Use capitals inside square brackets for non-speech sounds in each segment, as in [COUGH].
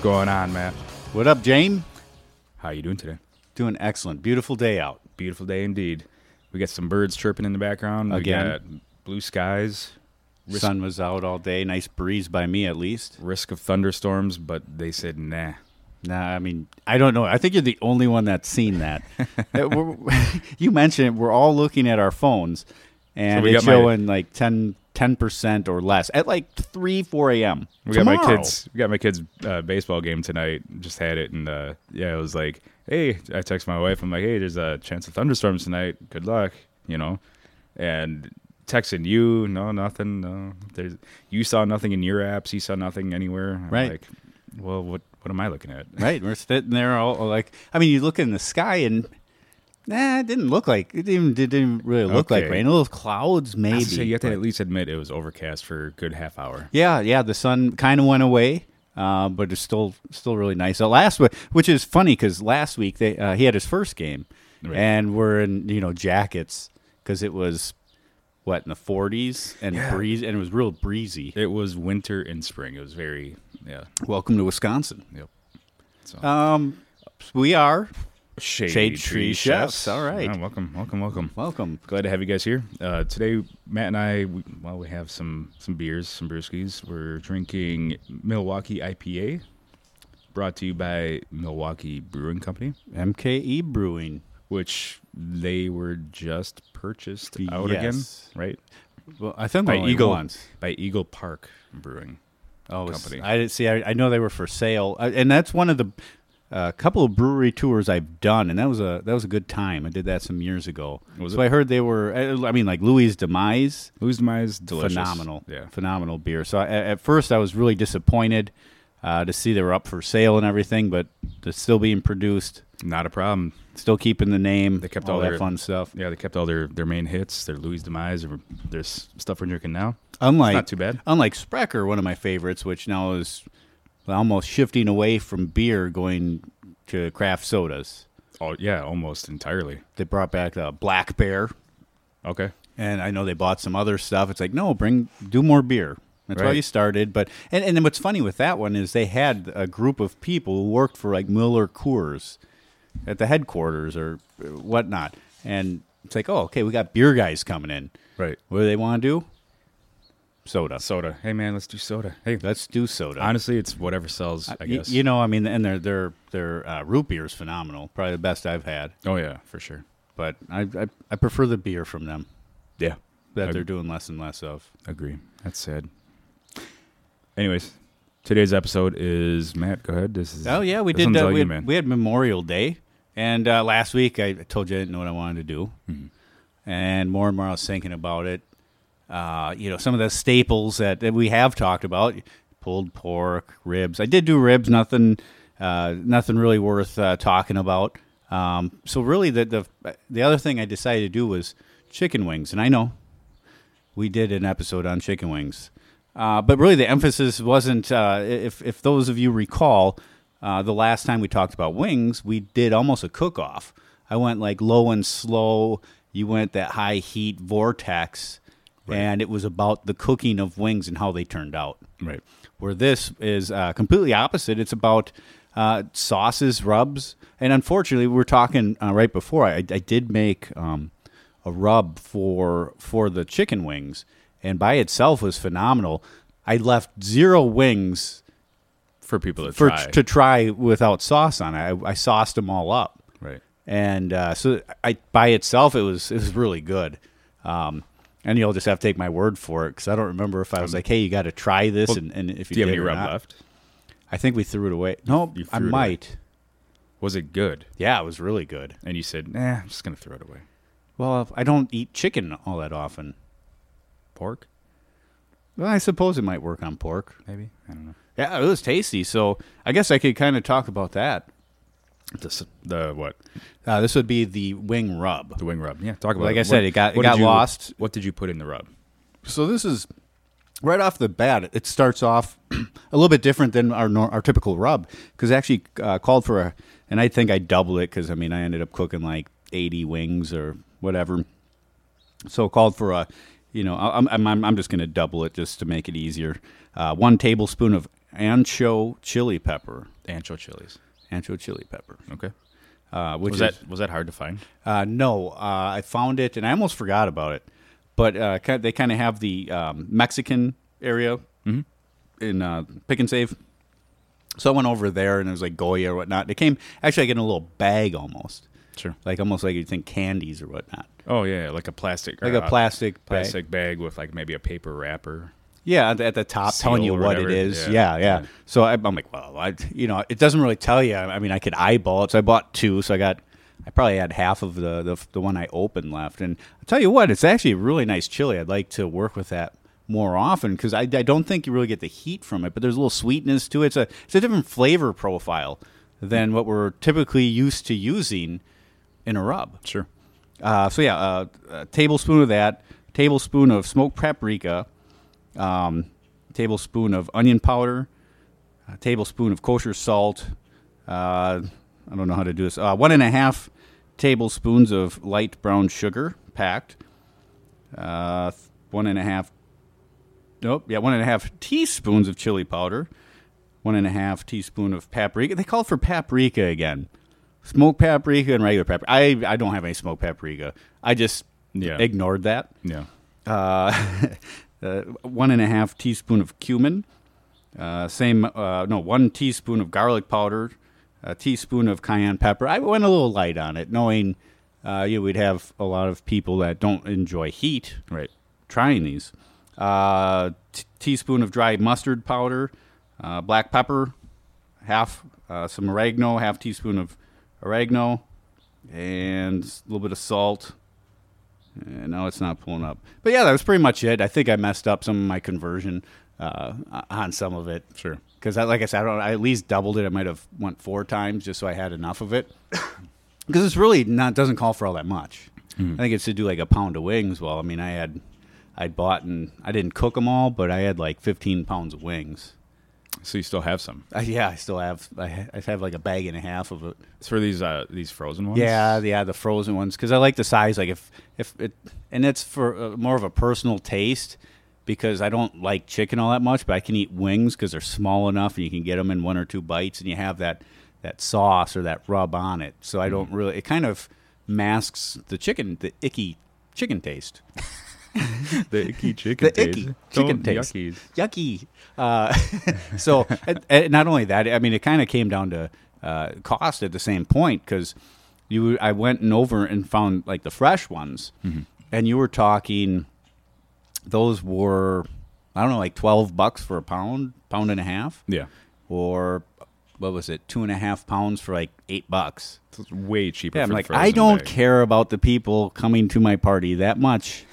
going on, man? What up, Jane? How you doing today? Doing excellent. Beautiful day out. Beautiful day indeed. We got some birds chirping in the background. Again. We got blue skies. Risk, Sun was out all day. Nice breeze by me, at least. risk of thunderstorms, but they said nah. Nah, I mean, I don't know. I think you're the only one that's [LAUGHS] seen that. Uh, we're- [LAUGHS] you mentioned it, we're all looking at our phones, and we it's got my- showing like 10 percent or less at like three four a.m. We got my Tomorrow. kids. We got my kids' uh, baseball game tonight. Just had it, and uh, yeah, it was like, hey, I text my wife. I'm like, hey, there's a chance of thunderstorms tonight. Good luck, you know. And texting you, no, nothing. No, there's you saw nothing in your apps. He saw nothing anywhere. I'm Right. Like, well, what what am I looking at? [LAUGHS] [LAUGHS] Right, we're sitting there all all like. I mean, you look in the sky and. Nah, it didn't look like it. Didn't, it didn't really look like Okay. rain. Little clouds, I maybe. was gonna say, you have but- to at least admit it was overcast for a good half hour. Yeah, yeah. The sun kind of went away, uh, but it's still still really nice. So last week, which is funny because last week they uh, he had his first game, Right. and we're in you know jackets because it was what in the 40s and breeze and it was real breezy. It was winter and spring. It was very yeah. Welcome to Wisconsin. Yep. So. Um, we are Shade, Shade Tree Chefs. All right. Yeah, welcome, welcome, welcome. welcome. Glad to have you guys here. Uh, today, Matt and I, we, well, we have some some beers, some brewskis. We're drinking Milwaukee IPA, brought to you by Milwaukee Brewing Company, MKE E Brewing. which they were just purchased out Yes. again, right? Well, I think By only Eagle once. by Eagle Park Brewing. Oh, it's- company. I didn't see. I, I know they were for sale, I, and that's one of the uh, couple of brewery tours I've done, and that was a that was a good time. I did that some years ago. Was so I heard they were. uh, I, I mean, like Louis Demise, Lose Demise, delicious, phenomenal, Yeah, phenomenal beer. So I, at first I was really disappointed uh, to see they were up for sale and everything, but they're still being produced, not a problem. still keeping the name. They kept all, all that their- fun stuff. Yeah, they kept all their, their main hits, their Louis Demise, their, their s- stuff we're drinking now. Unlike not too bad. Unlike Sprecher, one of my favorites, which now is almost shifting away from beer, going to craft sodas. Oh yeah, almost entirely. They brought back uh, Black Bear, Okay. and I know they bought some other stuff. It's like, no, bring do more beer. That's why Right. you started. But and, and then what's funny with that one is they had a group of people who worked for like Miller Coors at the headquarters or whatnot, and it's like, oh, okay, we got beer guys coming in. Right. What do they want to do? Soda. Soda. Hey man, let's do soda. Hey, Let's do soda. honestly, it's whatever sells. I Y- guess. You know, I mean, and their their their uh, root beer is phenomenal. Probably the best I've had, Oh yeah, for sure. but I I, I prefer the beer from them Yeah, that Ag- they're doing less and less of. agree. That's sad. Anyways, today's episode is Matt. Go ahead. This is. Oh yeah, we this did. one's Uh, all you, we, had, man. we had Memorial Day, and uh, last week I told you I didn't know what I wanted to do, Mm-hmm. and more and more I was thinking about it. Uh, you know, some of the staples that, that we have talked about: pulled pork, ribs. I did do ribs. Nothing, uh, nothing really worth uh, talking about. Um, so really, the, the the other thing I decided to do was chicken wings, and I know we did an episode on chicken wings. Uh, but really, the emphasis wasn't. Uh, if if those of you recall, uh, the last time we talked about wings, we did almost a cook off. I went like low and slow. You went that high heat vortex, and it was about the cooking of wings and how they turned out. right. Where this is uh, completely opposite. It's about uh, sauces, rubs, and unfortunately, we were talking uh, right before. I, I did make um, a rub for for the chicken wings, and by itself was phenomenal. I left zero wings For people that for try. to try without sauce on it. I, I sauced them all up right. and uh, so I by itself it was it was really good. Um, and you'll just have to take my word for it because I don't remember if I was like, "Hey, you got to try this," and, and if Um, you, Do you have any did or rub not. left? I think we threw it away. No, You I threw it away. might. Was it good? Yeah, it was really good. And you said, Nah, I'm just gonna throw it away. Well, I don't eat chicken all that often. Pork, Well, I suppose it might work on pork. maybe. I don't know. Yeah, it was tasty. So I guess I could kind of talk about that. The s- the what? Uh, this would be the wing rub. The wing rub. Yeah. Talk about. Like it. I said, What- it got- it what did got you- lost. What did you put in the rub? So this is right off the bat. It starts off [CLEARS THROAT] a little bit different than our nor- our typical rub because actually uh, called for a, and I think I doubled it because I mean I ended up cooking like eighty wings or whatever. So called for a, you know, I- I'm I'm I'm I'm just gonna double it just to make it easier. Uh, one tablespoon of ancho chili pepper. Ancho chilies. ancho chili pepper. Okay. Uh, which Was is, that was that hard to find? Uh, no, uh, I found it and I almost forgot about it. But uh, ki- they kind of have the um, Mexican area in uh, Pick and Save. So I went over there and it was like Goya or whatnot. They came, actually, I get in a little bag almost, Sure. like almost like you'd think candies or whatnot. Oh yeah, like a plastic, Like or a plastic bag. Uh, plastic bag with like maybe a paper wrapper. Yeah, at the, at the top, telling Seal you or what whatever. it is. Yeah, Yeah. yeah. So I, I'm like, well, I, you know, it doesn't really tell you. I mean, I could eyeball it. So I bought two. So I got, I probably had half of the the, the one I opened left. And I'll tell you what, it's actually a really nice chili. I'd like to work with that more often because I, I don't think you really get the heat from it, but there's a little sweetness to it. It's a it's a different flavor profile than what we're typically used to using in a rub. Sure. Uh, so yeah, uh, a tablespoon of that, tablespoon of smoked paprika, um, tablespoon of onion powder, a tablespoon of kosher salt. Uh, I don't know how to do this. Uh, one and a half tablespoons of light brown sugar packed. Uh, th- one and a half. Nope. Yeah, one and a half teaspoons of chili powder. One and a half teaspoon of paprika. They call for paprika again. Smoked paprika and regular paprika. I I don't have any smoked paprika. I just Yeah. ignored that Yeah. uh, [LAUGHS] uh, one and a half teaspoon of cumin, uh, same uh, no one teaspoon of garlic powder, a teaspoon of cayenne pepper. I went a little light on it, knowing uh, you would have a lot of people that don't enjoy heat Right. trying these. Uh, t- teaspoon of dry mustard powder, uh, black pepper, half uh, some oregano, half teaspoon of oregano, and a little bit of salt. And now it's not pulling up. But yeah, that was pretty much it. I think I messed up some of my conversion uh, on some of it Sure. because I, like I said, I, don't, I at least doubled it. I might have went four times just so I had enough of it. Because it's really not doesn't call for all that much. I think it's to do like a pound of wings. Well, I mean, I had I bought and I didn't cook them all, but I had like 15 pounds of wings. So you still have some. I, yeah, I still have I, ha- I have like a bag and a half of it. It's for these uh these frozen ones. Yeah, yeah, the frozen ones because I like the size. Like if if it and it's for uh, more of a personal taste because I don't like chicken all that much, but I can eat wings because they're small enough and you can get them in one or two bites, and you have that that sauce or that rub on it. So I don't really. It kind of masks the chicken, the icky chicken taste. [LAUGHS] The icky chicken The taste. icky Don't chicken taste. yuckies. Yucky. Uh, [LAUGHS] so, and, and not only that, I mean, it kind of came down to uh, cost at the same point because you, I went and over and found like the fresh ones, and you were talking. Those were, I don't know, like twelve bucks for a pound, pound and a half, Yeah. or what was it, two and a half pounds for like eight bucks. It's way cheaper. Yeah, I'm for the like, frozen I don't bag. care about the people coming to my party that [LAUGHS] much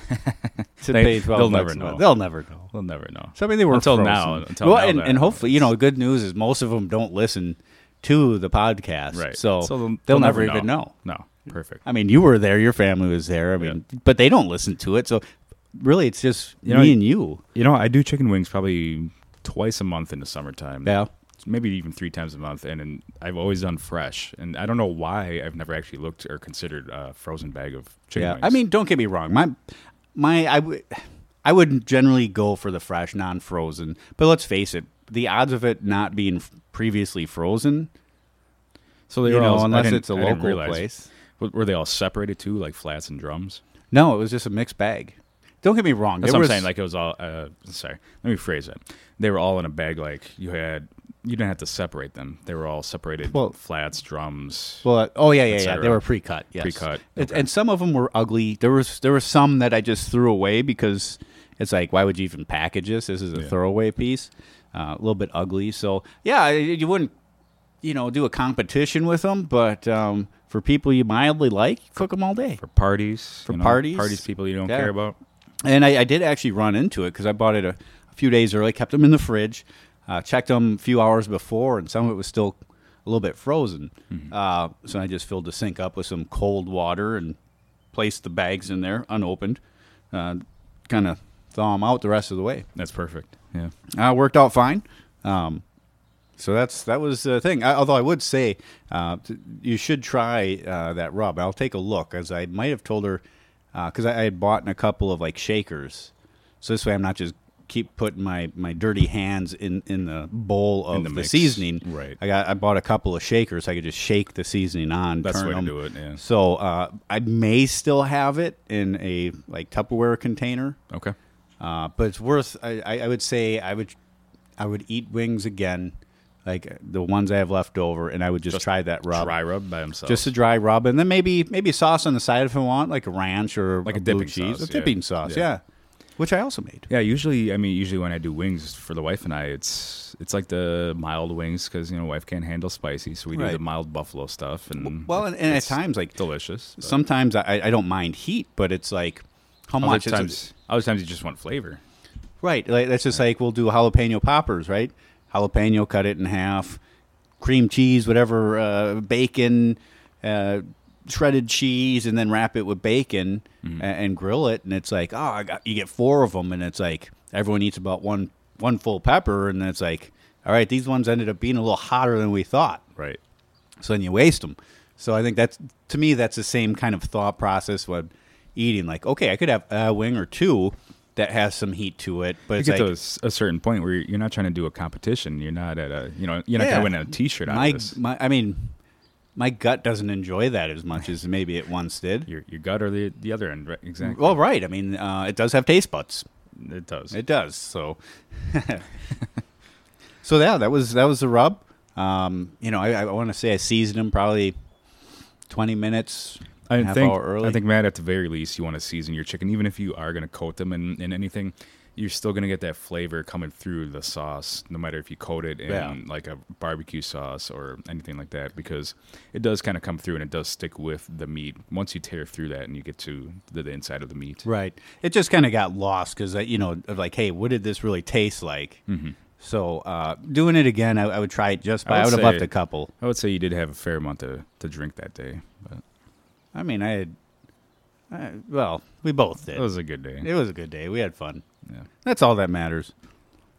to They- pay twelve. they'll bucks never a month. know. They'll never know. We'll never know. So I mean, they were until frozen. now. Until well, now and, that- and hopefully, you know, good news is most of them don't listen to the podcast, right. So, they'll, they'll, they'll never, even know. No. Perfect. I mean, you were there, your family was there. I mean, but they don't listen to it. So really, it's just You me know, and you. You know, I do chicken wings probably twice a month in the summertime. Yeah. Maybe even three times a month, and, and I've always done fresh. And I don't know why I've never actually looked or considered a frozen bag of chicken Yeah. wings. I mean, don't get me wrong. My my I would I would generally go for the fresh, non-frozen. But let's face it, the odds of it not being f- previously frozen, so they you were know, all- I unless didn't- it's a I didn't local realize. place. W- Were they all separated too, like flats and drums? No, it was just a mixed bag. Don't get me wrong. That's there what I'm was- saying. Like it was all. Uh, sorry, let me phrase it. They were all in a bag. Like you had, you didn't have to separate them. They were all separated. Well- flats, drums. Well, uh, oh yeah, yeah, yeah. They cetera. were pre-cut. Yes. Pre-cut, It- okay. And some of them were ugly. There was there were some that I just threw away because it's like, why would you even package this? This is a throwaway piece. Uh, a little bit ugly. So yeah, y- you wouldn't, you know, do a competition with them. But um, for people you mildly like, cook them all day. for parties, for parties? parties, people you don't Yeah. care about. And I, I did actually run into it because I bought it a, a few days early, kept them in the fridge, uh, checked them a few hours before, and some of it was still a little bit frozen. Uh, so I just filled the sink up with some cold water and placed the bags in there unopened, uh, kind of thaw them out the rest of the way. That's perfect. Yeah. Uh, worked out fine. Um, so that's that was the thing. I, although I would say uh, t- you should try uh, that rub. I'll take a look, as I uh, might have told her, because I, I had bought in a couple of like shakers. So this way, I'm not just keep putting my, my dirty hands in, in the bowl of In the the, mix. seasoning. Right. I got I bought a couple of shakers. I could just shake the seasoning on. That's the turn way to them. do it, yeah. So uh, I may still have it in a like Tupperware container. Okay. Uh, but it's worth. I, I I would say I would, I would eat wings again, like uh, the ones I have left over, and I would just, try that rub, Dry rub by himself. Uh, just a dry rub, and then maybe maybe sauce on the side if I want, like a ranch or Like a blue dipping cheese, sauce, a yeah. dipping sauce, Yeah. yeah. which I also made. Yeah, usually I mean usually when I do wings for the wife and I, it's it's like the mild wings because you know wife can't handle spicy, so we do Right. the mild buffalo stuff and Well, and, and at it's times like delicious. but sometimes I, I don't mind heat, but it's like how other much is it- times, other times you just want flavor. Right. Like, that's just like we'll do jalapeno poppers, right? Jalapeno, cut it in half, cream cheese, whatever, uh, bacon, uh, shredded cheese, and then wrap it with bacon Mm-hmm. a- and, grill it. And it's like, oh, I got, you get four of them, and it's like everyone eats about one one full pepper, and it's like, all right, these ones ended up being a little hotter than we thought. Right. So then you waste them. So I think that's to me that's the same kind of thought process when eating. Like, okay, I could have a wing or two that has some heat to it, but You it's get like, to a, s- a certain point where you're not trying to do a competition. You're not at a you know you're not Yeah. gonna win a T-shirt out my, of this. my I mean, my gut doesn't enjoy that as much as maybe it once did. Your your gut or the the other end, right? Exactly. Well, right. I mean, uh, it does have taste buds. it does. It does. So, [LAUGHS] so yeah, that was that was the rub. Um, you know, I, I want to say I seasoned them probably twenty minutes, I half think hour early. I think Matt, at the very least, you want to season your chicken, even if you are going to coat them in, in anything. You're still going to get that flavor coming through the sauce, no matter if you coat it in Yeah. like a barbecue sauce or anything like that, because it does kind of come through and it does stick with the meat once you tear through that and you get to the, the inside of the meat. Right. It just kind of got lost because, you know, of like, hey, what did this really taste like? Mm-hmm. So uh, doing it again, I, I would try it just by. I would would, have say- left a couple. I would say you did have a fair amount to, to drink that day, but I mean, I had. I, well, we both did. it was a good day. It was a good day. We had fun. Yeah. That's all that matters.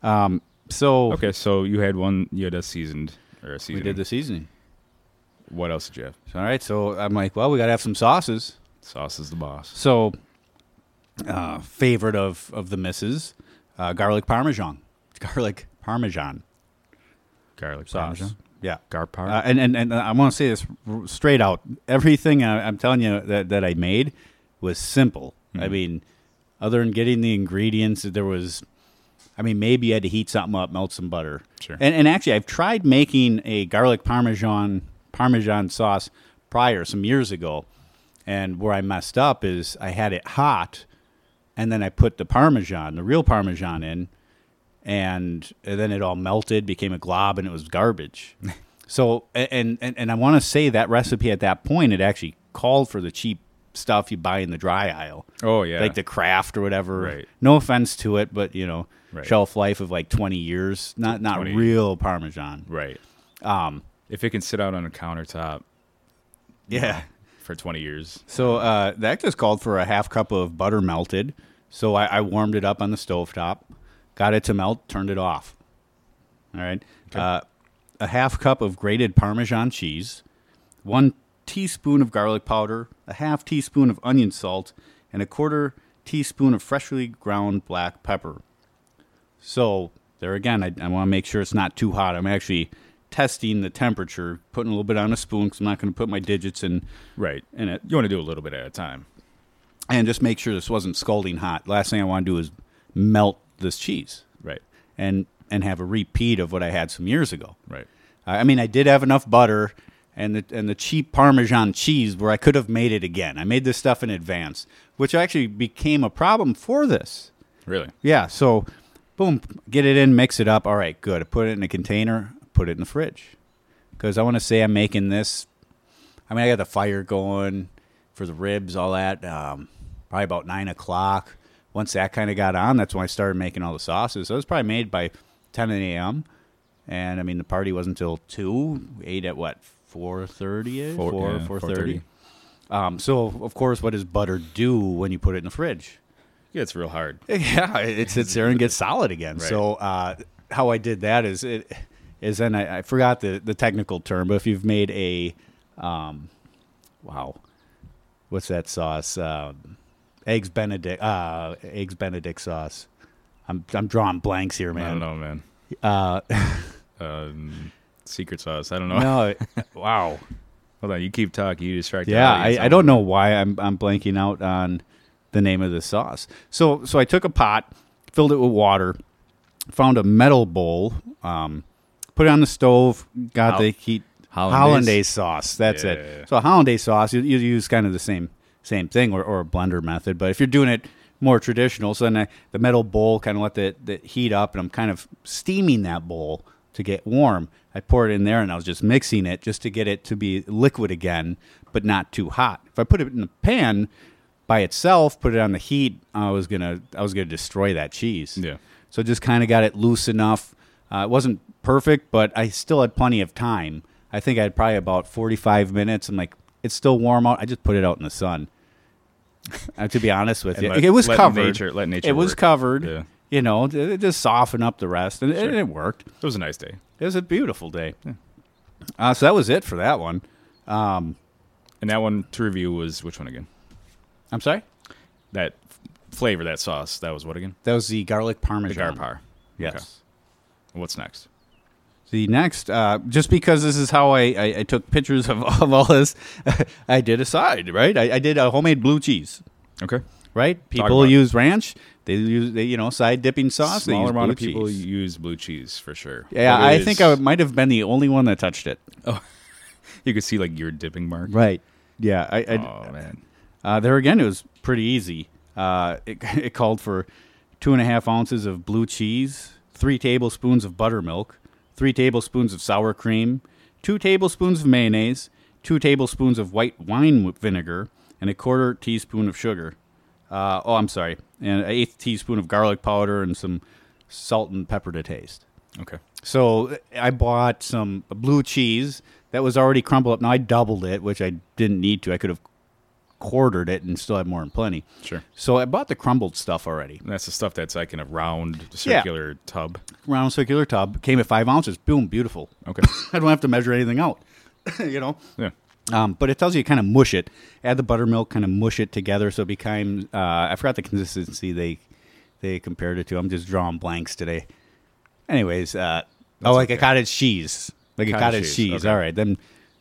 Um. So Okay, so you had one, you had a seasoned or a we seasoning. did the seasoning. What else did you have? All right. So I'm like, well, we gotta have some sauces. Sauce is the boss. So, uh, favorite of of the misses, uh, garlic parmesan, garlic parmesan Garlic sauce. parmesan. Yeah. Gar par. Uh, and, and and I want to say this r- straight out. Everything I, I'm telling you that, that I made was simple. I mean, other than getting the ingredients, there was, I mean, maybe you had to heat something up, melt some butter. Sure. And, and actually, I've tried making a garlic parmesan parmesan sauce prior some years ago, and where I messed up is I had it hot, and then I put the parmesan, the real parmesan, in and then it all melted, became a glob, and it was [LAUGHS] garbage. so, and and and I want to say that recipe at that point it actually called for the cheap stuff you buy in the dry aisle, oh yeah, like the craft or whatever. Right. No offense to it, but you know, Right. shelf life of like twenty years, not not 20. real parmesan. Right. Um, If it can sit out on a countertop yeah. for 20 years, So uh, that just called for a half cup of butter melted. So I, I warmed it up on the stovetop, got it to melt, turned it off. All right. Uh, a half cup of grated Parmesan cheese, one teaspoon of garlic powder, a half teaspoon of onion salt, and a quarter teaspoon of freshly ground black pepper. So there again, I, I want to make sure it's not too hot. I'm actually testing the temperature, putting a little bit on a spoon because I'm not going to put my digits in right. in it You want to do a little bit at a time. and just make sure this wasn't scalding hot. Last thing I want to do is melt this cheese Right. and and have a repeat of what I had some years ago. Right. I I mean, I did have enough butter and the and the cheap Parmesan cheese where I could have made it again. I made this stuff in advance, which actually became a problem for this. Really. Yeah, so boom, get it in, mix it up. All right, good. I put it in a container, put it in the fridge. Because I want to say I'm making this. I mean, I got the fire going for the ribs, all that. Um, probably about nine o'clock. Once that kind of got on, that's when I started making all the sauces. So it was probably made by 10 a.m. And I mean, the party wasn't until two. We ate at what 4:30? Four- Four, yeah, 4:30. Um, so of course, what does butter do when you put it in the fridge? Yeah, it's real hard. [LAUGHS] Yeah, it sits there and gets solid again. Right. So uh, how I did that is it is then I, I forgot the, the technical term, but if you've made a um, wow, what's that sauce? Um eggs Benedict, uh, eggs Benedict sauce. I'm I'm drawing blanks here, I don't man. know, man. [LAUGHS] Uh, Um, secret sauce. I don't know. [LAUGHS] no, wow. Hold on, you keep talking. You distract. the Yeah, audience. I, I don't know why I'm I'm blanking out on the name of the sauce. So so I took a pot, filled it with water, found a metal bowl, um, put it on the stove, got Hol- the heat Hollandaise? hollandaise sauce. That's Yeah. it. So hollandaise sauce, you, you use kind of the same same thing or, or a blender method, but if you're doing it more traditional, so then I, the metal bowl kind of let the, the heat up, and I'm kind of steaming that bowl to get warm. I pour it in there, and I was just mixing it just to get it to be liquid again, but not too hot. If I put it in the pan by itself, put it on the heat, I was gonna I was gonna destroy that cheese. Yeah. So just kind of got it loose enough. Uh, it wasn't perfect, but I still had plenty of time. I think I had probably about 45 minutes. I'm like, it's still warm out. I just put it out in the sun. [LAUGHS] Uh, to be honest with And you, let- it was let covered. nature- let nature It was work. covered. Yeah. You know, it it just softened up the rest, and, and it worked. It was a nice day, It was a beautiful day. Uh, so that was it for that one. and that one to review was which one again? I'm sorry. That f- flavor, that sauce. That was what again? That was the garlic The parmesan. garpar. Yes. Okay. What's next? The next, uh, just because this is how I, I, I took pictures of, [LAUGHS] of all this, I did a side, right? I, I did a homemade blue cheese, Okay. right? about People it. use ranch. They use, they, you know, side dipping sauce. they Small use amount blue of people cheese. use blue cheese for sure. Yeah, But it I is- think I might have been the only one that touched it. you could see like your dipping mark. Right. Yeah. I, I, Oh man. Uh, there again, it was pretty easy. Uh, it, [LAUGHS] it called for two and a half ounces of blue cheese, three tablespoons of buttermilk, three tablespoons of sour cream, two tablespoons of mayonnaise, two tablespoons of white wine wi- vinegar, and a quarter teaspoon of sugar. Uh, oh, I'm sorry, and an eighth teaspoon of garlic powder and some salt and pepper to taste. Okay. So I bought some blue cheese that was already crumbled up. Now I doubled it, which I didn't need to. I could have quartered it and still had more in plenty. Sure. So I bought the crumbled stuff already. And that's the stuff that's like in a round circular tub. Round circular tub came at five ounces. Boom, beautiful. [LAUGHS] Okay. I don't have to measure anything out, [LAUGHS] you know. yeah. Um, but it tells you kind of mush it. Add the buttermilk, kind of mush it together so it becomes. Uh, I forgot the consistency they they compared it to. I'm just drawing blanks today. Anyways, uh, oh, like a cottage cheese, like a Cottage cottage cheese, cheese. okay. All right, then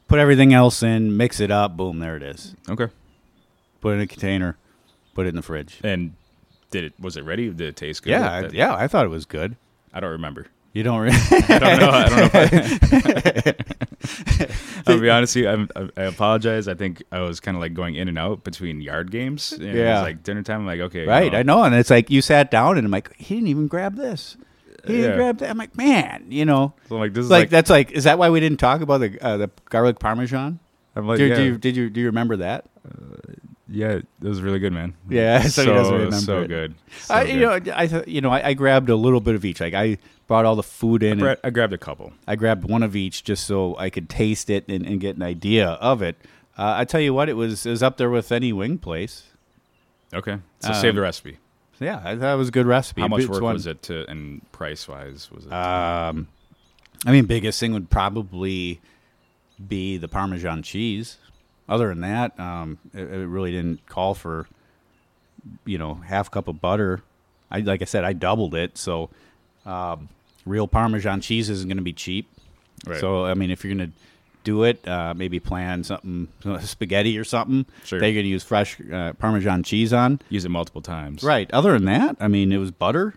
put everything else in, mix it up. Boom, there it is. Okay. Put it in a container. Put it in the fridge. And did it? Was it ready? Did it taste good? Yeah, I- That- yeah, I thought it was good. I don't remember. [LAUGHS] You don't. Re- I don't know. I don't know. If [LAUGHS] I, [LAUGHS] will be honest with you. I'm, I, I apologize. I think I was kind of like going in and out between yard games. And It Yeah. was like dinner time. I'm like, okay. you [LAUGHS] Right, I know, and it's like you sat down, and I'm like, he didn't even grab this. He didn't Yeah. grab that. I'm like, man, you know, So I'm like, this is like, like- that's like, is that why we didn't talk about the uh, the garlic parmesan? I'm like, do, Oh, yeah, do you, did you do you remember that? yeah, it was really good, man. Yeah, [LAUGHS] so, he doesn't remember. so it. good. So I, good. you know, I th- you know, I, I grabbed a little bit of each. Like I brought all the food in. and Gra- I grabbed a couple. I grabbed one of each just so I could taste it and, and get an idea of it. Uh, I tell you what, it was it was up there with any wing place. Okay, so Uh, save the recipe. So, yeah, I thought it was a good recipe. How much It's work one- was it to, and price wise was it? Um, I mean, biggest thing would probably be the Parmesan cheese. Other than that, um, it, it really didn't call for, you know, half cup of butter. I like I said, I doubled it, so um, real Parmesan cheese isn't going to be cheap. Right. So I mean, if you're going to do it, uh, maybe plan something [LAUGHS] spaghetti or something. Sure. They're going to use fresh uh, Parmesan cheese on. Use it multiple times. Right. Other than that, I mean, it was butter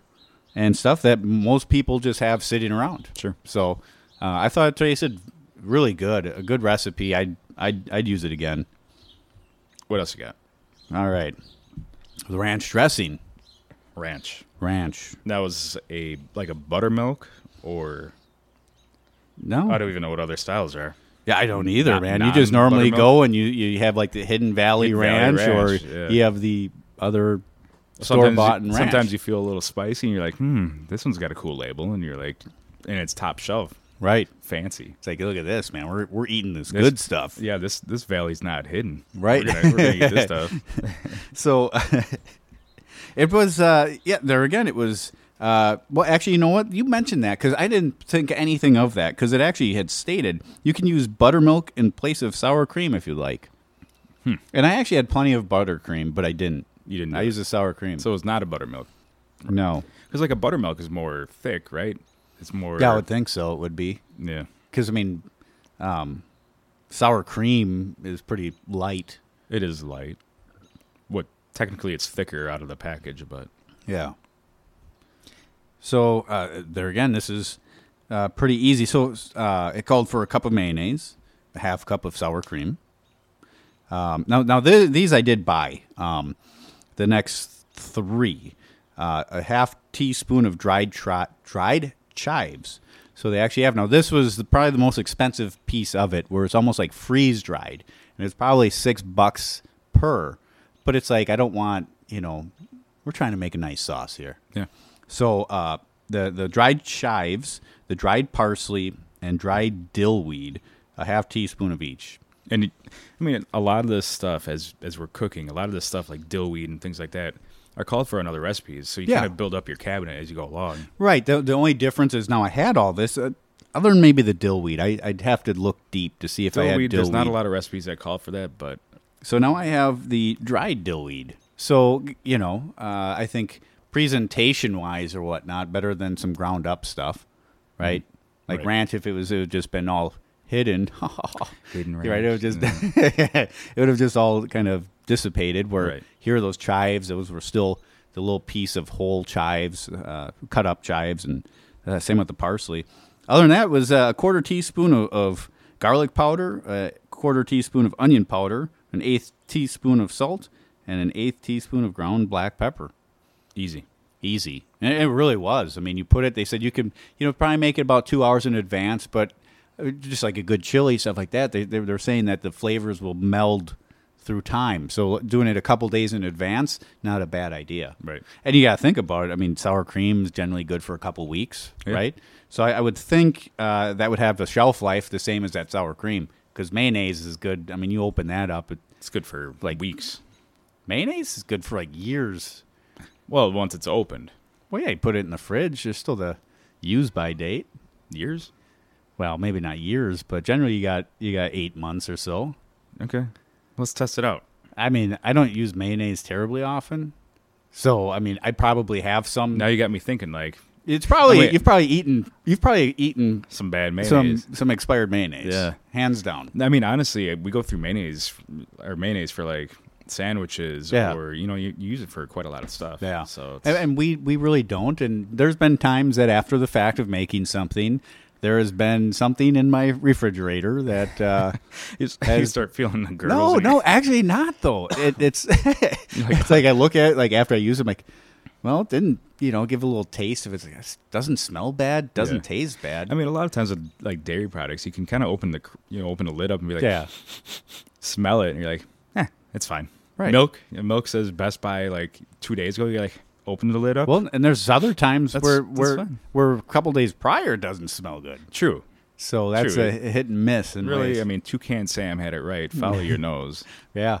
and stuff that most people just have sitting around. Sure. So uh, I thought it tasted really good. A good recipe. I'd, I'd, I'd use it again. What else you got? All right. The ranch dressing. Ranch. Ranch. That was a like a buttermilk or No. I don't even know what other styles are. yeah, I don't either, Not- man. You just non- normally buttermilk? go and you, you have like the Hidden Valley, Hidden Valley ranch, Ranch, or yeah. you have the other store Sometimes bought you- and ranch. Sometimes you feel a little spicy and you're like, hmm, this one's got a cool label. And you're like, and it's top shelf, right. fancy. It's like, look at this, man. We're, we're eating this, This- good stuff. Yeah, this this valley's not hidden. Right. We're gonna, we're gonna eat [LAUGHS] this stuff. So [LAUGHS] it was, uh, yeah, there again, it was. Uh, well, actually, you know what? You mentioned that because I didn't think anything of that because it actually had stated you can use buttermilk in place of sour cream if you like. And I actually had plenty of buttercream, but I Hmm. didn't. You didn't. I do it. used the sour cream. so it's not a buttermilk. No. Because like a buttermilk is more thick, right? It's more. Yeah, I would think so. It would be yeah. because I mean, um, sour cream is pretty light. It is light. What technically it's thicker out of the package, but Yeah. So uh, there again, this is uh, pretty easy. So uh, it called for a cup of mayonnaise, a half cup of sour cream. Um, now, now th- these I did buy. Um, the next three, uh, a half teaspoon of dried tri- dried chives. So they actually have now. This was the, probably the most expensive piece of it, where it's almost like freeze dried, and it's probably six bucks per. But it's like I don't want you know, we're trying to make a nice sauce here. yeah. So uh, the the dried chives, the dried parsley, and dried dill weed, a half teaspoon of each. And it, I mean, a lot of this stuff as as we're cooking, a lot of this stuff like dillweed and things like that are called for in other recipes. So you Yeah. Oh, kind of build up your cabinet as you go along. Right. The, the only difference is now I had all this. Uh, other than maybe the dill weed, I, I'd have to look deep to see if I had Dillweed, dill there's weed. not a lot of recipes that call for that, but So now I have the dried dillweed. So g- you know, uh, I think presentation wise or whatnot, better than some ground up stuff, right? Like Mm-hmm. Right. ranch, if it was, it would just been all hidden. [LAUGHS] Hidden right? It would ranch, just, [LAUGHS] it would have just all kind of dissipated. Where Right. here are those chives; those were still the little piece of whole chives, uh, cut up chives, and uh, same with the parsley. Other than that, was uh, a quarter teaspoon of, of garlic powder, a quarter teaspoon of onion powder, an eighth teaspoon of salt, and an eighth teaspoon of ground black pepper. easy. Easy, and it really was. I mean, you put it. They said you could, you know, probably make it about two hours in advance, but uh, just like a good chili stuff like that, they, they they're saying that the flavors will meld through time. So uh, doing it a couple days in advance, not a bad idea. Right. And you got to think about it. I mean, sour cream is generally good for a couple weeks, Yeah. right? So I, I would think uh, that would have a shelf life the same as that sour cream because mayonnaise is good. I mean, you open that up, it, It's good for like weeks. mayonnaise is good for like years. Well, once it's opened, Well, yeah, you put it in the fridge. There's still the use by date. years. Well, maybe not years, but generally you got you got eight months or so. Okay, let's test it out. I mean, I don't use mayonnaise terribly often, so I mean, I probably have some. Now you got me thinking like It's probably Oh, Wait. you've probably eaten you've probably eaten some bad some mayonnaise. some expired mayonnaise. Yeah. hands down. I mean, honestly, uh, we go through mayonnaise or mayonnaise for like sandwiches Yeah. or you know you, you use it for quite a lot of stuff. Yeah. So it's, and, and we we really don't. And there's been times that after the fact of making something, there has been something in my refrigerator that. [LAUGHS] Uh, you, s- you start feeling the girls. No, in no, your- actually not [LAUGHS] though. It, it's it's like I look at it, like after I use it, I'm like, well, it didn't you know give it a little taste of it. It's like, "This doesn't smell bad, doesn't Yeah. taste bad. I mean, a lot of times with like dairy products, you can kind of open the cr- you know open the lid up and be like, yeah, smell it, and you're like, Eh. it's fine. Right. Milk, milk says Best Buy like two days ago. You're like, open the lid up. Well, and there's other times That's- where that's where fine. where a couple days prior it doesn't smell good. true. So that's True. a hit and miss. And Really, I mean, Toucan Sam had it right. Mm. Follow [LAUGHS] your nose, yeah.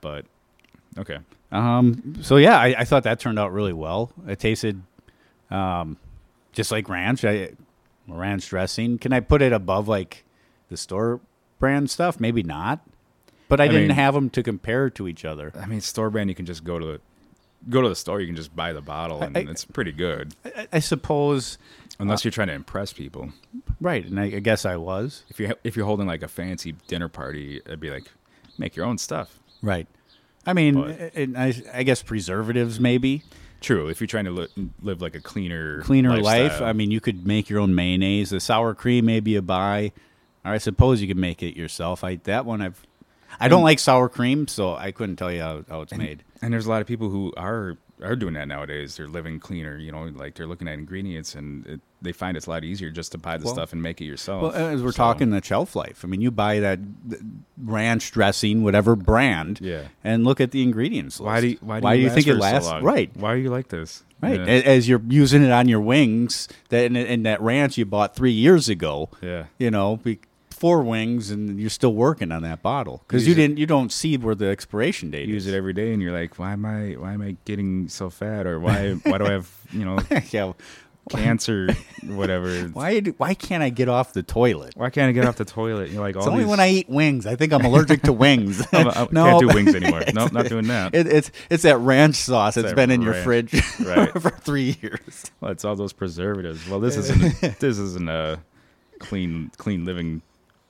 but okay. Um. So yeah, I, I thought that turned out really well. It tasted, um, just like ranch. I ranch dressing. Can I put it above like the store brand stuff? Maybe not. But I, I didn't 'em mean- have them to compare to each other. I mean, store brand, you can just go to the go to the store. You can just buy the bottle, and I- it's pretty good. I, I suppose. Unless you're trying to impress people. Right, and I, I guess I was If you if you're holding like a fancy dinner party, I'd be like, make your own stuff. right. I mean, But- and I, I guess preservatives maybe True. If you're trying to li- live like a cleaner cleaner life. lifestyle. I mean, you could make your own mayonnaise. The sour cream maybe a buy. Or I suppose you could make it yourself. I that one I've. I don't like sour cream, so I couldn't tell you how, how it's made. and there's a lot of people who are are doing that nowadays. They're living cleaner. You know, like they're looking at ingredients, and it, they find it's a lot easier just to buy the Well- stuff and make it yourself. Well, as we're So- talking the shelf life, I mean, you buy that th- ranch dressing, whatever brand, Yeah. and look at the ingredients. why do you, list. why do why you, do you last think it for so lasts? long? right, Why are you like this? right. Yeah. A- As you're using it on your wings, that and, and that ranch you bought three years ago, Yeah. you know, be, four wings, and you're still working on that bottle because you Use it- didn't, you don't see where the expiration date use is. it every day, and you're like, [LAUGHS] why am I why am I getting so fat, or why why do I have you know [LAUGHS] yeah. cancer, whatever. Why do, why can't I get off the toilet? Why can't I get off the toilet? You're like, It's all only these- when I eat wings. I think I'm allergic to wings. [LAUGHS] I'm- [LAUGHS] I can't do wings [LAUGHS] anymore. No, not doing that. It, it's it's that ranch sauce that's that been in your ranch, fridge right. [LAUGHS] for three years. Well, it's all those preservatives. Well, [LAUGHS] this isn't this isn't a clean clean living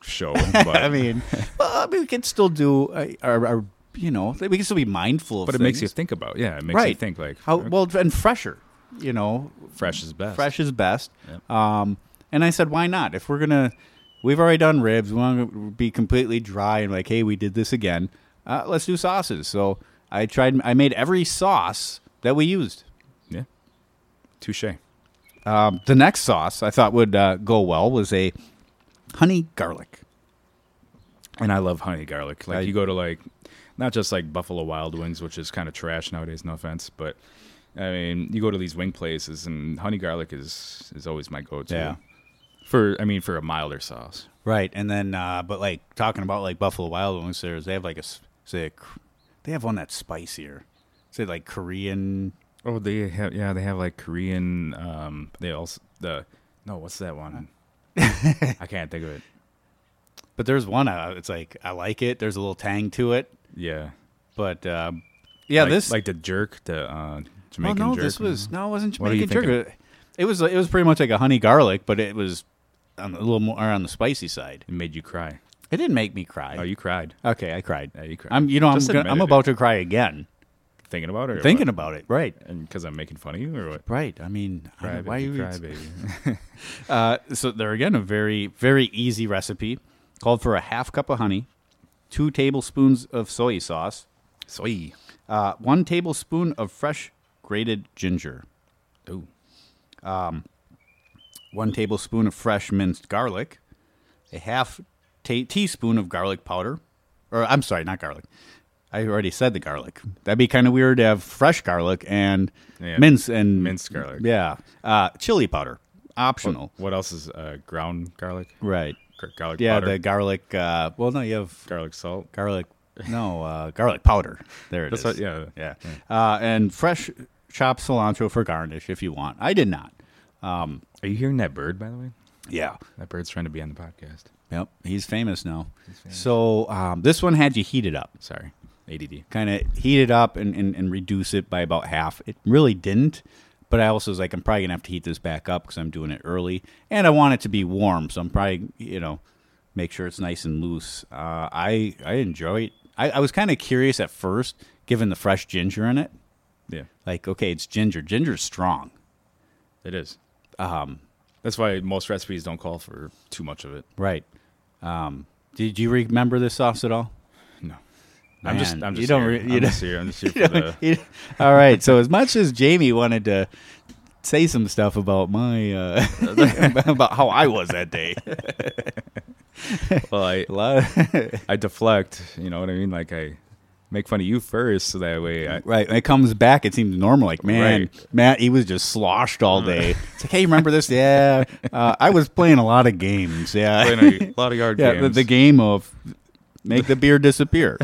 show. But, [LAUGHS] [LAUGHS] I mean, well, I mean, we can still do uh, our, our you know we can still be mindful of. but it makes you things. think about. Yeah, it makes you right. think like how well and fresher. You know, fresh is best. fresh is best. Yep. Um, and I said, why not? If we're gonna, we've already done ribs. We want to be completely dry and like, hey, we did this again. Uh, let's do sauces. So I tried. I made every sauce that we used. Yeah, touche. Um, the next sauce I thought would uh, go well was a honey garlic. And I love honey garlic. Like I- you go to like not just like Buffalo Wild Wings, which is kind of trash nowadays. No offense, but I mean, you go to these wing places, and honey garlic is is always my go-to. Yeah. For I mean, for a milder sauce. Right, and then uh, but like talking about like Buffalo Wild Wings, there's they have like a s- say a, cr- they have one that's spicier. Say like Korean. Oh, they have yeah, they have like Korean. Um, they also the no, what's that [LAUGHS] one? I can't think of it. But there's one. Uh, it's like I like it. There's a little tang to it. Yeah, But um, yeah, Like- this like the jerk, the uh, well, Jamaican no, jerk. this was no, it wasn't What are you Jamaican jerk. It- It was it was pretty much like a honey garlic, but it was on a little more on the spicy side. it made you cry. It didn't make me Oh, cry. you cried. okay, I cried. Yeah, you cried. I'm you know I'm Just gonna, admit I'm it. about to cry again Thinking about it. Or thinking about it. Right, and because I'm making fun of you or what? right. I mean, I- Cry, why baby, are you? cry, [LAUGHS] baby. Uh, so there again, a very very easy recipe called for a half cup of honey, two tablespoons of soy sauce, Soy. uh, one tablespoon of fresh grated ginger. Um, Ooh. one tablespoon of fresh minced garlic, a half ta- teaspoon of garlic powder, or I'm sorry, not garlic. I already said the garlic. That'd be kind of weird to have fresh garlic and Yeah, mince and minced garlic. Yeah, uh, chili powder, optional. What else is uh, ground garlic? Right. Gar- Garlic Yeah, powder. the garlic. Uh, well, no, you have garlic salt. garlic. [LAUGHS] No, uh, garlic powder. There it is. That's what- yeah. yeah. Uh, and fresh chopped cilantro for garnish if you want. I did not. Um, Are you hearing that bird? By the way, yeah. that bird's trying to be on the podcast. Yep, he's famous now. So um, this one had you heat it up, Sorry, ADD. kind of heat it up and, and, and reduce it by about half. It really didn't, but I also was like, I'm probably gonna have to heat this back up because I'm doing it early, and I want it to be warm, so I'm probably you know make sure it's nice and loose. Uh, I I enjoy it. I, I was kind of curious at first, given the fresh ginger in it. Yeah, Like, okay, it's ginger. Ginger's strong. it is. Um, That's why most recipes don't call for too much of it. Right. Um, did you remember this sauce at all? No. I'm just, Man, I'm you just don't here. re- you I'm don't- just here. I'm [LAUGHS] just here You for know, the. you know- all right. So as much as Jamie wanted to say some stuff about my uh, [LAUGHS] about how I was that day, Well, I, a lot [LAUGHS] of- I deflect. You know what I mean? Like I make fun of you first, so that way [LAUGHS] I. right when it comes back, it seems normal. Like man, Right. Mm. Matt, he was just sloshed all day. It's like, hey, remember this? Yeah, uh, I was playing a lot of games. Yeah, Playing a lot of yard yeah, games. The, the game of make the beer disappear.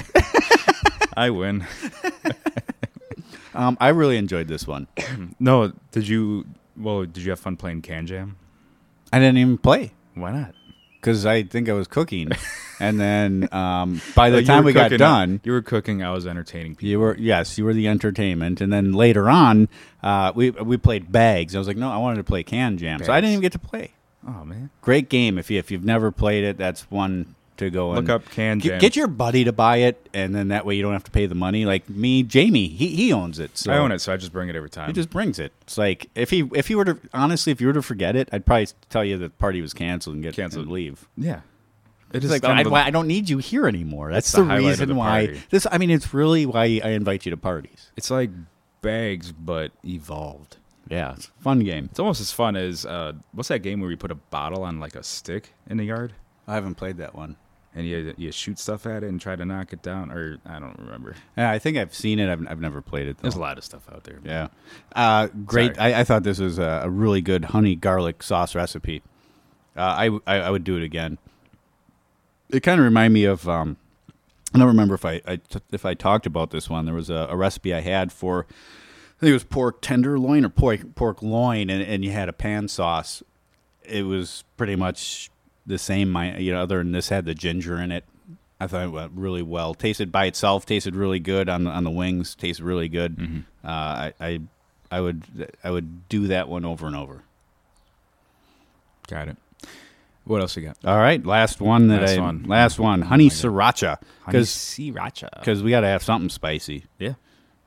I win. um, I really enjoyed this one. No, did you? Well, did you have fun playing Can Jam? I didn't even play. Why not? Because I think I was cooking, and then um, by the Like, Oh, you time were we got cooking, uh, done, you were cooking. I was entertaining people. You were yes, you were the entertainment, and then later on, uh, we we played bags. I was like, no, I wanted to play can jam, so I Bags. didn't even get to play. Oh man, Great game if you if you've never played it, that's one to go and Look up Can G- Jam. Get your buddy to buy it, and then that way you don't have to pay the money. Like me, Jamie, he he owns it. So I own it, so I just bring it every time. He just brings it. It's like if he if he were to honestly, if you were to forget it, I'd probably tell you that the party was canceled and get Canceled. and leave. yeah. It It's is like I, unbelievable. why- I don't need you here anymore. That's the the, highlight of reason the why party. this. I mean, it's really why I invite you to parties. It's like bags, but evolved. Yeah, it's a fun game. It's almost as fun as uh, what's that game where you put a bottle on like a stick in the yard I haven't played that one. and you you shoot stuff at it and try to knock it down, or I don't remember. Oh. Yeah, I think I've seen it. I've, I've never played it though. There's a lot of stuff out there. Yeah, uh, great. I, I thought this was a, a really good honey garlic sauce recipe. Uh, I, w- I I would do it again. It kind of reminded me of. Um, I don't remember if I, I t- if I talked about this one. There was a, a recipe I had for I think it was pork tenderloin or pork pork loin, and, and you had a pan sauce. It was pretty much the same, mi- you know, other than this had the ginger in it. I thought it went really well. Tasted by itself, tasted really good on the, on the wings. Tasted really good. Mm-hmm. Uh, I, I I would I would do that one over and over. Got it. What else you got? All right, last one that Last I one. Oh last one, honey sriracha, because sriracha. because we got to have something spicy. Yeah.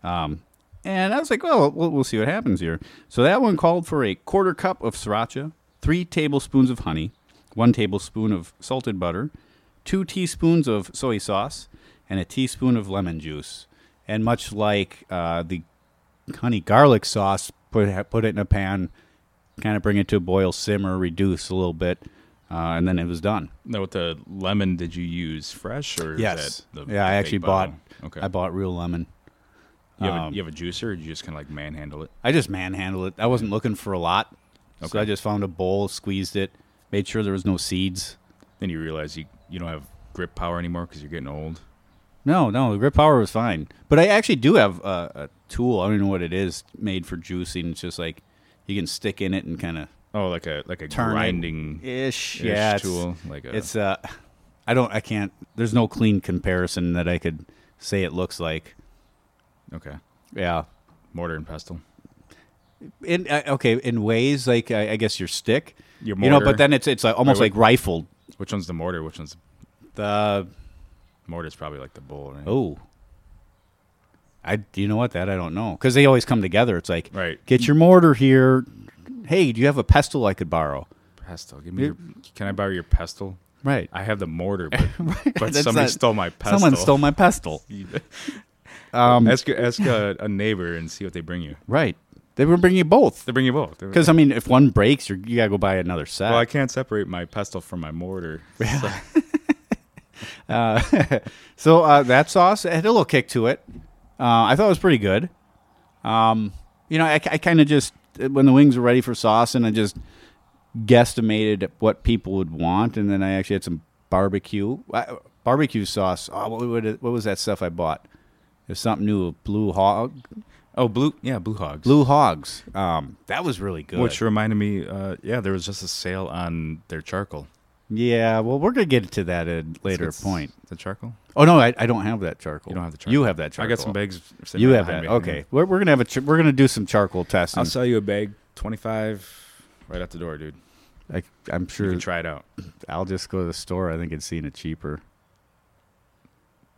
And I was like, well, we'll we'll see what happens here. So that one called for a quarter cup of sriracha, three tablespoons of honey, one tablespoon of salted butter, two teaspoons of soy sauce, and a teaspoon of lemon juice. And much like uh, the honey garlic sauce, put it, put it in a pan, kind of bring it to a boil, simmer, reduce a little bit, uh, and then it was done. Now, with the lemon, did you use fresh or? is Yes. that the- yeah, I the actually fake bought. bottle? Okay. I um, bought real lemon. you, have a, you have a juicer, or did you just kind of like manhandle it? I just manhandled it. I wasn't looking for a lot, so Okay. I just found a bowl, squeezed it, made sure there was no seeds. Then you realize you you don't have grip power anymore because you're getting old. No, no, the grip power was fine. But I actually do have a, a tool. I don't even know what it is, made for juicing. It's just like you can stick in it and kind of Oh, like a like a turn grinding ish. ish Yeah, it's, tool. Like a, it's uh, I don't, I can't. There's no clean comparison that I could say it looks like. okay Yeah, mortar and pestle. in uh, okay in ways like I, I guess your stick, Your you know. mortar. But then it's it's like almost Wait, wait. like rifled. Which one's the mortar? Which one's The mortar's probably like the bowl, right? Oh. I do you know what that I don't know because they always come together. It's like Right. get your mortar here. Hey, do you have a pestle I could borrow? Pestle. Give me your. Can I borrow your pestle? Right, I have the mortar, [LAUGHS] but, but That's somebody not- stole my pestle. someone [LAUGHS] stole Um, my pestle. ask ask a, a neighbor and see what they bring you. Right, they were bringing you both They bring you both. They're- because I mean, if one breaks, you're, you gotta go buy another set. well, I can't separate my pestle from my [LAUGHS] mortar. So, so uh, that sauce it had a little kick to it. Uh, I thought it was pretty good. Um, you know, I, kind of just when the wings were ready for sauce, and I just guesstimated what people would want, and then I actually had some barbecue uh, barbecue sauce. Oh, what, what, what was that stuff I bought? It was something new, blue hog, oh, blue. Yeah, blue hogs. blue hogs. Um, that was really good. Which reminded me, uh, yeah, there was just a sale on their charcoal. yeah, well, we're gonna get to that at a later It's- point. The charcoal? Oh no, I, I don't have that charcoal. You don't have the charcoal. You have that charcoal. I got some bags. sitting You right have behind that. me. Okay, we're, we're gonna have a ch- we're gonna do some charcoal testing. I'll sell you a bag, 25 right out the door, dude. I, I'm You sure can try it out. I'll just go to the store. I think it's seen it cheaper.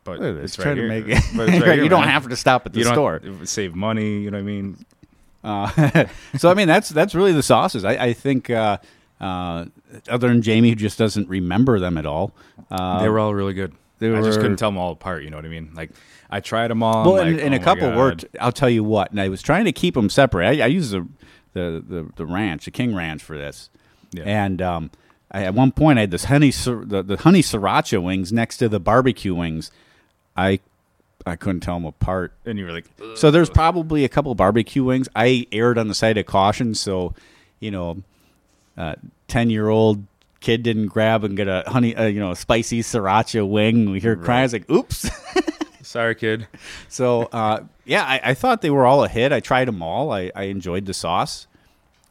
But Look at this, it's right trying here. [LAUGHS] to make it. But it's right Right, here, [LAUGHS] you don't man. have to stop at the you don't [LAUGHS] store. have to save money, you know what I mean? Uh, [LAUGHS] so I mean, that's that's really the sauces. I, I think uh, uh, other than Jamie, who just doesn't remember them at all. Uh, they were all really good. they I just were- couldn't tell them all apart, you know what I mean? Like, I tried them all. I'm well, and, like, and "Oh a my couple God." worked. I'll tell you what. And I was trying to keep them separate. I, I used the, the the the ranch, the King Ranch, for this. Yeah. And um, I, at one point, I had this honey sir- the, the honey sriracha wings next to the barbecue wings. I I couldn't tell them apart. And you were like, "Ugh." So there's probably a couple barbecue wings. I erred on the side of caution, so you know, ten year old kid didn't grab and get a honey, uh, you know, spicy sriracha wing. We hear crying, it's like, oops. sorry, kid. so uh, yeah, I, I thought they were all a hit. I tried them all. I, I enjoyed the sauce.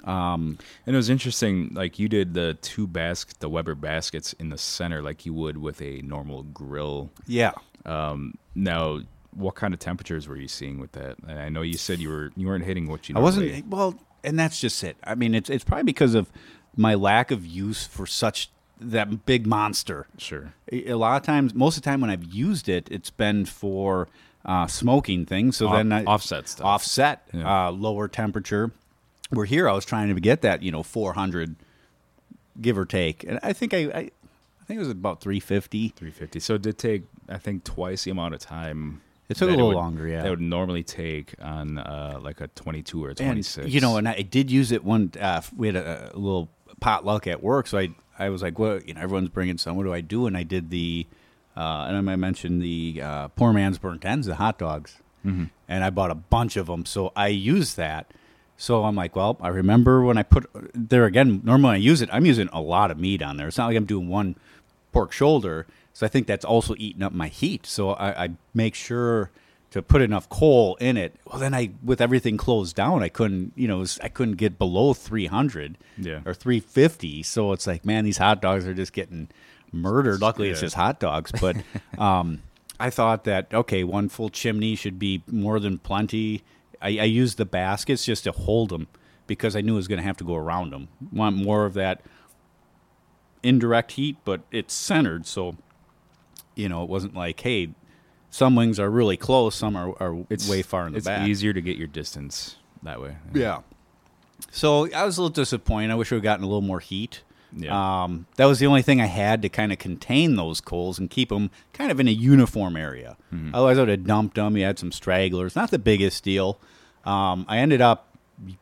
And it was interesting, like you did the two basket, the Weber baskets in the center, like you would with a normal grill. Yeah, Now, what kind of temperatures were you seeing with that? And I know you said you were you weren't hitting what you. I wasn't normally- well, and that's just it. I mean, it's it's probably because of my lack of use for such that big monster. sure. a a lot of times most of the time when i've used it it's been for uh, smoking things so Off- then I, offset stuff. offset Yeah. uh, lower temperature where here i was trying to get that you know 400 give or take and i think i, I I think it was about 350. 350. So it did take, I think, twice the amount of time. It took a that little would- longer, yeah. That would normally take on uh, like a 22 or a 26. And, you know, and I did use it one. Uh, we had a, a little potluck at work, so I I was like, well, you know, everyone's bringing some. What do I do? And I did the, uh, and I mentioned the uh, poor man's burnt ends, the hot dogs, and I bought a bunch of them. So I used that. So I'm like, well, I remember when I put there again. Normally when I use it. I'm using a lot of meat on there. It's not like I'm doing one pork shoulder. So I think that's also eating up my heat. So I, I make sure to put enough coal in it. Well, then I with everything closed down, I couldn't you know it was- I couldn't get below three hundred Yeah. or three fifty. So it's like man, these hot dogs are just getting murdered. Luckily, it's Yeah. just hot dogs, [LAUGHS] but. um I thought that okay, one full chimney should be more than plenty. I, I used the baskets just to hold them because I knew I was going to have to go around them. Want more of that indirect heat, but it's centered, so you know it wasn't like hey, some wings are really close, some are, are way far in the it's back. easier to get your distance that way. Yeah. So I was a little disappointed. I wish we would gotten a little more heat. Yeah. Um, that was the only thing I had to kind of contain those coals and keep them kind of in a uniform area. Mm-hmm. Otherwise, I would have dumped them. You had some stragglers. Not the biggest deal. Um, I ended up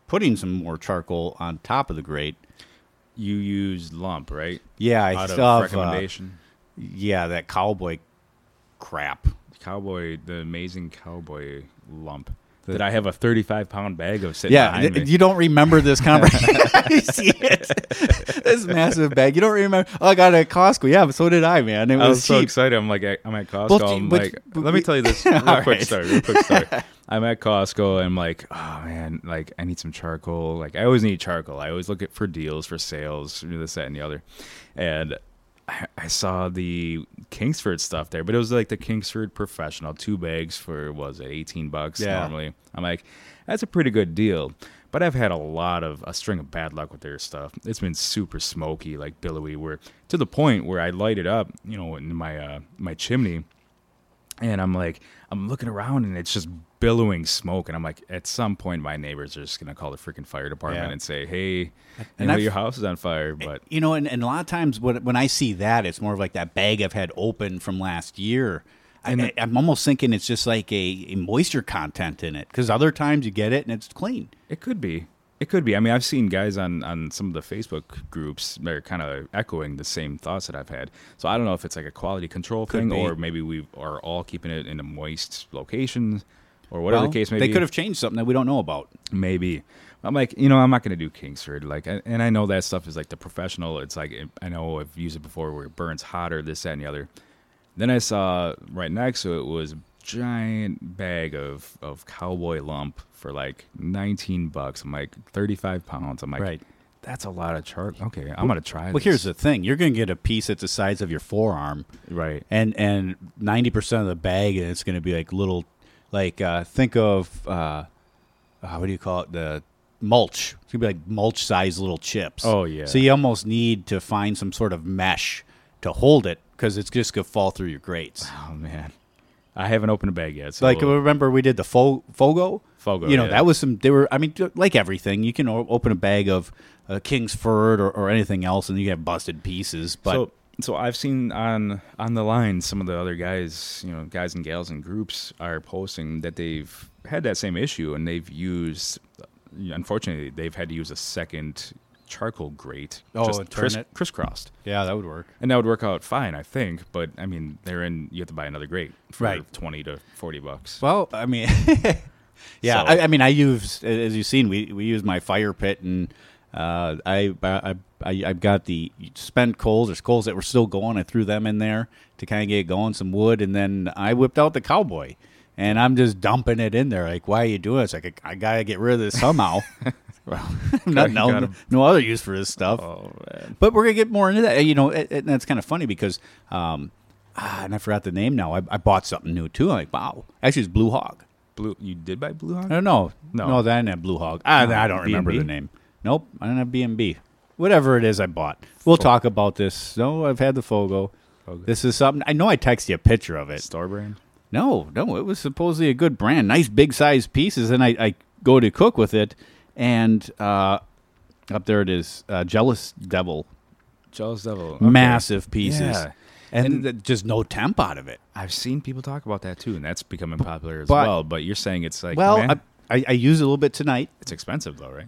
putting some more charcoal on top of the grate. You use lump, right? Yeah, I Out of still have, uh, recommendation. yeah, that cowboy crap. cowboy, the amazing cowboy lump. That I have a 35 pound bag of sitting Yeah, behind th- me. you don't remember [LAUGHS] this conversation. [LAUGHS] you see it? This massive bag. You don't remember. Oh, I got it at Costco. Yeah, but so did I, man. It I was was so cheap. excited. I'm like, I- I'm at Costco. Well, I'm but- like, but let me we- tell you [LAUGHS] this real All quick right. story. Real quick [LAUGHS] story. I'm at Costco. And I'm like, oh man, like I need some charcoal. Like I always need charcoal. I always look at for deals, for sales, you know, this, that, and the other. And I, I saw the Kingsford stuff there, but it was like the Kingsford Professional, two bags for what was it 18 bucks Yeah. normally. I'm like, that's a pretty good deal. But I've had a lot of a string of bad luck with their stuff. It's been super smoky, like billowy, where to the point where I light it up, you know, in my uh, my chimney, and I'm like, I'm looking around and it's just billowing smoke, and I'm like, at some point, my neighbors are just gonna call the freaking fire department Yeah. and say, hey, you And know, I've- your house is on fire, but You know, and, and a lot of times when, when I see that, it's more of like that bag I've had open from last year. I, I, I'm almost thinking it's just like a, a moisture content in it because other times you get it and it's clean. It could be. It could be. I mean, I've seen guys on on some of the Facebook groups that are kind of echoing the same thoughts that I've had. So I don't know if it's like a quality control thing, be. or maybe we are all keeping it in a moist location, or whatever Well, the case may they be. could have changed something that we don't know about. Maybe. I'm like, you know, I'm not going to do Kingsford. Like, I- and I know that stuff is like the professional. It's like, I know I've used it before where it burns hotter, this, that, and the other. Then I saw right next to it was giant bag of, of cowboy lump for like 19 bucks. I'm like, 35 pounds. I'm like, Right. that's a lot of chart. Okay, I'm going to try Well, this. here's the thing you're going to get a piece that's the size of your forearm. Right. and and ninety percent of the bag, and it's going to be like little, like uh, think of uh, uh, what do you call it? The mulch. It's going to be like mulch sized little chips. Oh, yeah. So you almost need to find some sort of mesh to hold it because it's just going to fall through your grates. Oh, man. I haven't opened a bag yet. So Like remember we did the fo- fogo. Fogo, You know yeah. that was some. They were. I mean, ju- like everything, you can o- open a bag of uh, Kingsford or, or anything else, and you have busted pieces. But so so I've seen on on the line some of the other guys, you know, guys and gals in groups are posting that they've had that same issue and they've used unfortunately they've had to use a second charcoal grate Oh, and turn it? crisscrossed. yeah, that would work. And that would work out fine, I think, but I mean, they're in you have to buy another grate for Right. 20 to 40 bucks. Well, I mean, yeah, So- I, I mean, I use as you've seen, we we use my fire pit, and uh, I, I I I've got the spent coals. There's coals that were still going. I threw them in there to kind of get it going, some wood, and then I whipped out the cowboy, and I'm just dumping it in there. Like, why are you doing this? Like, I gotta get rid of this [LAUGHS] somehow. well, [LAUGHS] not, You no, gotta- no other use for this stuff. Oh man. But we're gonna get more into that. You know, it, it- that's kind of funny because, um, ah, and I forgot the name now. I, I bought something new too. I'm like, wow, actually, it's Blue Hog. Blue you did buy Blue I Hog? don't know. No. no, that didn't have Blue Hog. I, I don't remember B&B? the name. Nope, I don't have B and B. Whatever it is, I bought. We'll talk about this. No, I've had the Fogo. Fogo. This is something. I know. I texted you a picture of it. Star brand? No, no, it was supposedly a good brand, nice big size pieces, and I, I go to cook with it, and uh, up there it is, uh, Jealous Devil Jealous Devil. Okay. massive pieces, Yeah. and, th- just no temp out of it. I've seen people talk about that too, and that's becoming popular as But- well. But you're saying it's like Well, man, I, I, I use it a little bit tonight. It's expensive though, right?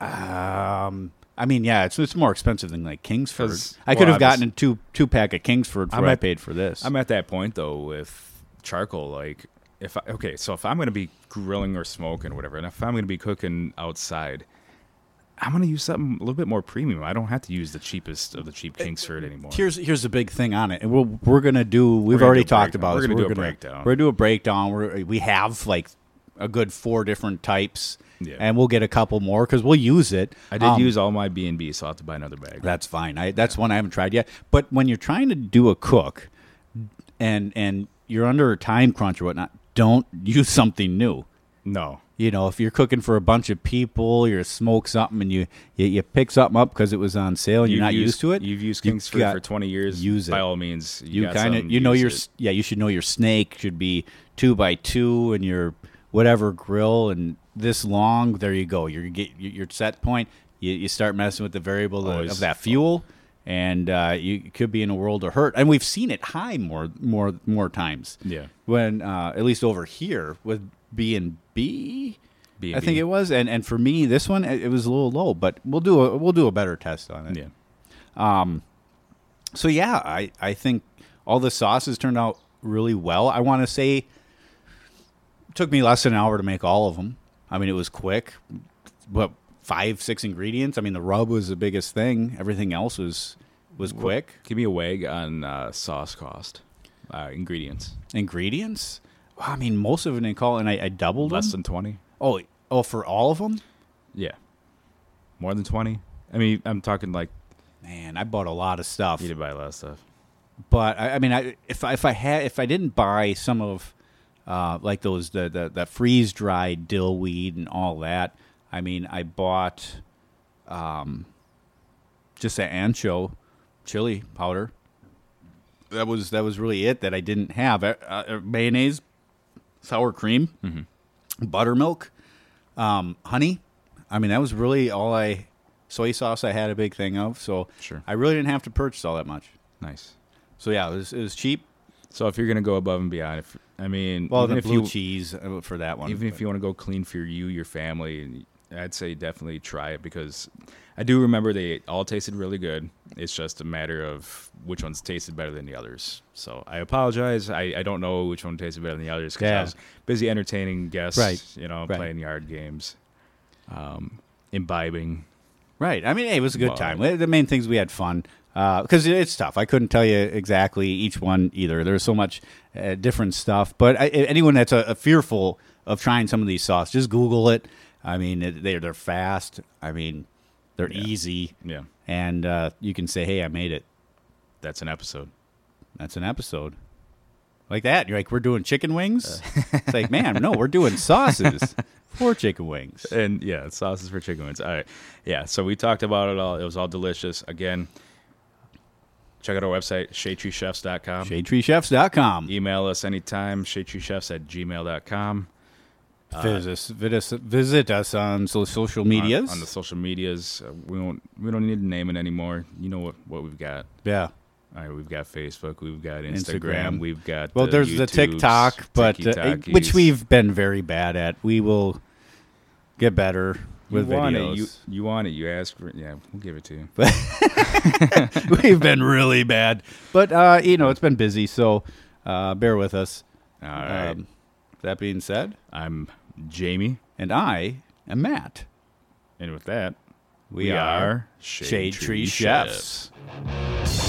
Um, I mean, yeah, it's it's more expensive than like Kingsford. 'Cause- I could well, have I was- gotten a two two pack of Kingsford for I'm what I at- paid for this. I'm at that point though with charcoal. Like, if I, okay, so if I'm gonna be grilling or smoking, whatever, and if I'm gonna be cooking outside, I'm gonna use something a little bit more premium. I don't have to use the cheapest of the cheap Kingsford anymore. Here's here's the big thing on it, and we're we're gonna do. We've gonna already do a talked breakdown. about. We're this. gonna do a breakdown. We're gonna do a breakdown. We're, we have like a good four different types, Yeah. and we'll get a couple more because we'll use it. I did Um, use all my B and B, so I will have to buy another bag. That's fine. I, that's one I haven't tried yet. But when you're trying to do a cook, and and you're under a time crunch or whatnot, don't [LAUGHS] use something new. no, You know, if you're cooking for a bunch of people, you smoke something and you you, you pick something up because it was on sale and you're You've not used- used to it. You've used you Kingsford got- for 20 years. use it. by all means. you got kind of something, you know use your it. s yeah you should know your snake should be two by two and your whatever grill and this long there you go you get your your set point you, you start messing with the variable of- Always. of that fuel and uh, you could be in a world of hurt and we've seen it high more more more times Yeah. when uh, at least over here with B and B I B&B. think it was and and for me this one it it was a little low but we'll do a we'll do a better test on it yeah. so yeah, I I think all the sauces turned out really well. I want to say it took me less than an hour to make all of them. I mean, it was quick. What five six ingredients? I mean, the rub was the biggest thing. Everything else was was quick. Give me a wag on uh, sauce cost, uh, ingredients Ingredients? Well, I mean, most of it in call, and I, I doubled less them. than 20. oh oh for all of them. Yeah, more than 20. I mean, I'm talking like Man, I bought a lot of stuff. you did buy a lot of stuff. but I, I mean, I if I, if I had if I didn't buy some of uh, like those the the, the freeze dried dill weed and all that, I mean, I bought um, just an ancho chili powder. That was that was really it that I didn't have uh, uh, mayonnaise, sour cream, buttermilk, um, honey. I mean, that was really all I. Soy sauce, I had a big thing of, so Sure. I really didn't have to purchase all that much. Nice. So yeah, it was, it was cheap. So if you're gonna go above and beyond, if I mean, Well, even the if blue you cheese uh, for that one. even if you want to go clean for you, your family, I'd say definitely try it because I do remember they all tasted really good. It's just a matter of which ones tasted better than the others. So I apologize. I, I don't know which one tasted better than the others because Yeah. I was busy entertaining guests, Right. you know, Right. playing yard games, um, imbibing. right. I mean, hey, it was a good Well- time. The the main things we had fun because it's tough. I couldn't tell you exactly each one either. There's so much uh, different stuff. But I, anyone that's uh, fearful of trying some of these sauces, just Google it. I mean, it- they're they're fast. I mean, they're easy, Yeah, and uh, you can say, "Hey, I made it." that's an episode. That's an episode. Like that, you're like, we're doing chicken wings. Uh. it's like, man, no, [LAUGHS] we're doing sauces for chicken wings. and yeah, sauces for chicken wings. All right, yeah. So we talked about it all. It was all delicious. Again, check out our website, shadetreechefs.com. ShadeTreeChefs.com. Email us anytime, shadetreechefs at gmail.com. visit, us, visit, us, visit us on so- social medias. On, on the social medias. Uh, We don't we don't need to name it anymore. You know what what we've got. yeah. All right, we've got Facebook, we've got Instagram, Instagram. we've got Well, there's the YouTubes, TikTok, but uh, TikTokies. which we've been very bad at. We will get better you with want videos. it, you, you want it, you ask for it. Yeah, we'll give it to you. [LAUGHS] We've been really bad, but uh, you know it's been busy, so uh, bear with us. Um, All right. that being said, I'm Jamie, and I am Matt. and with that, We, are Shade Tree, Chefs.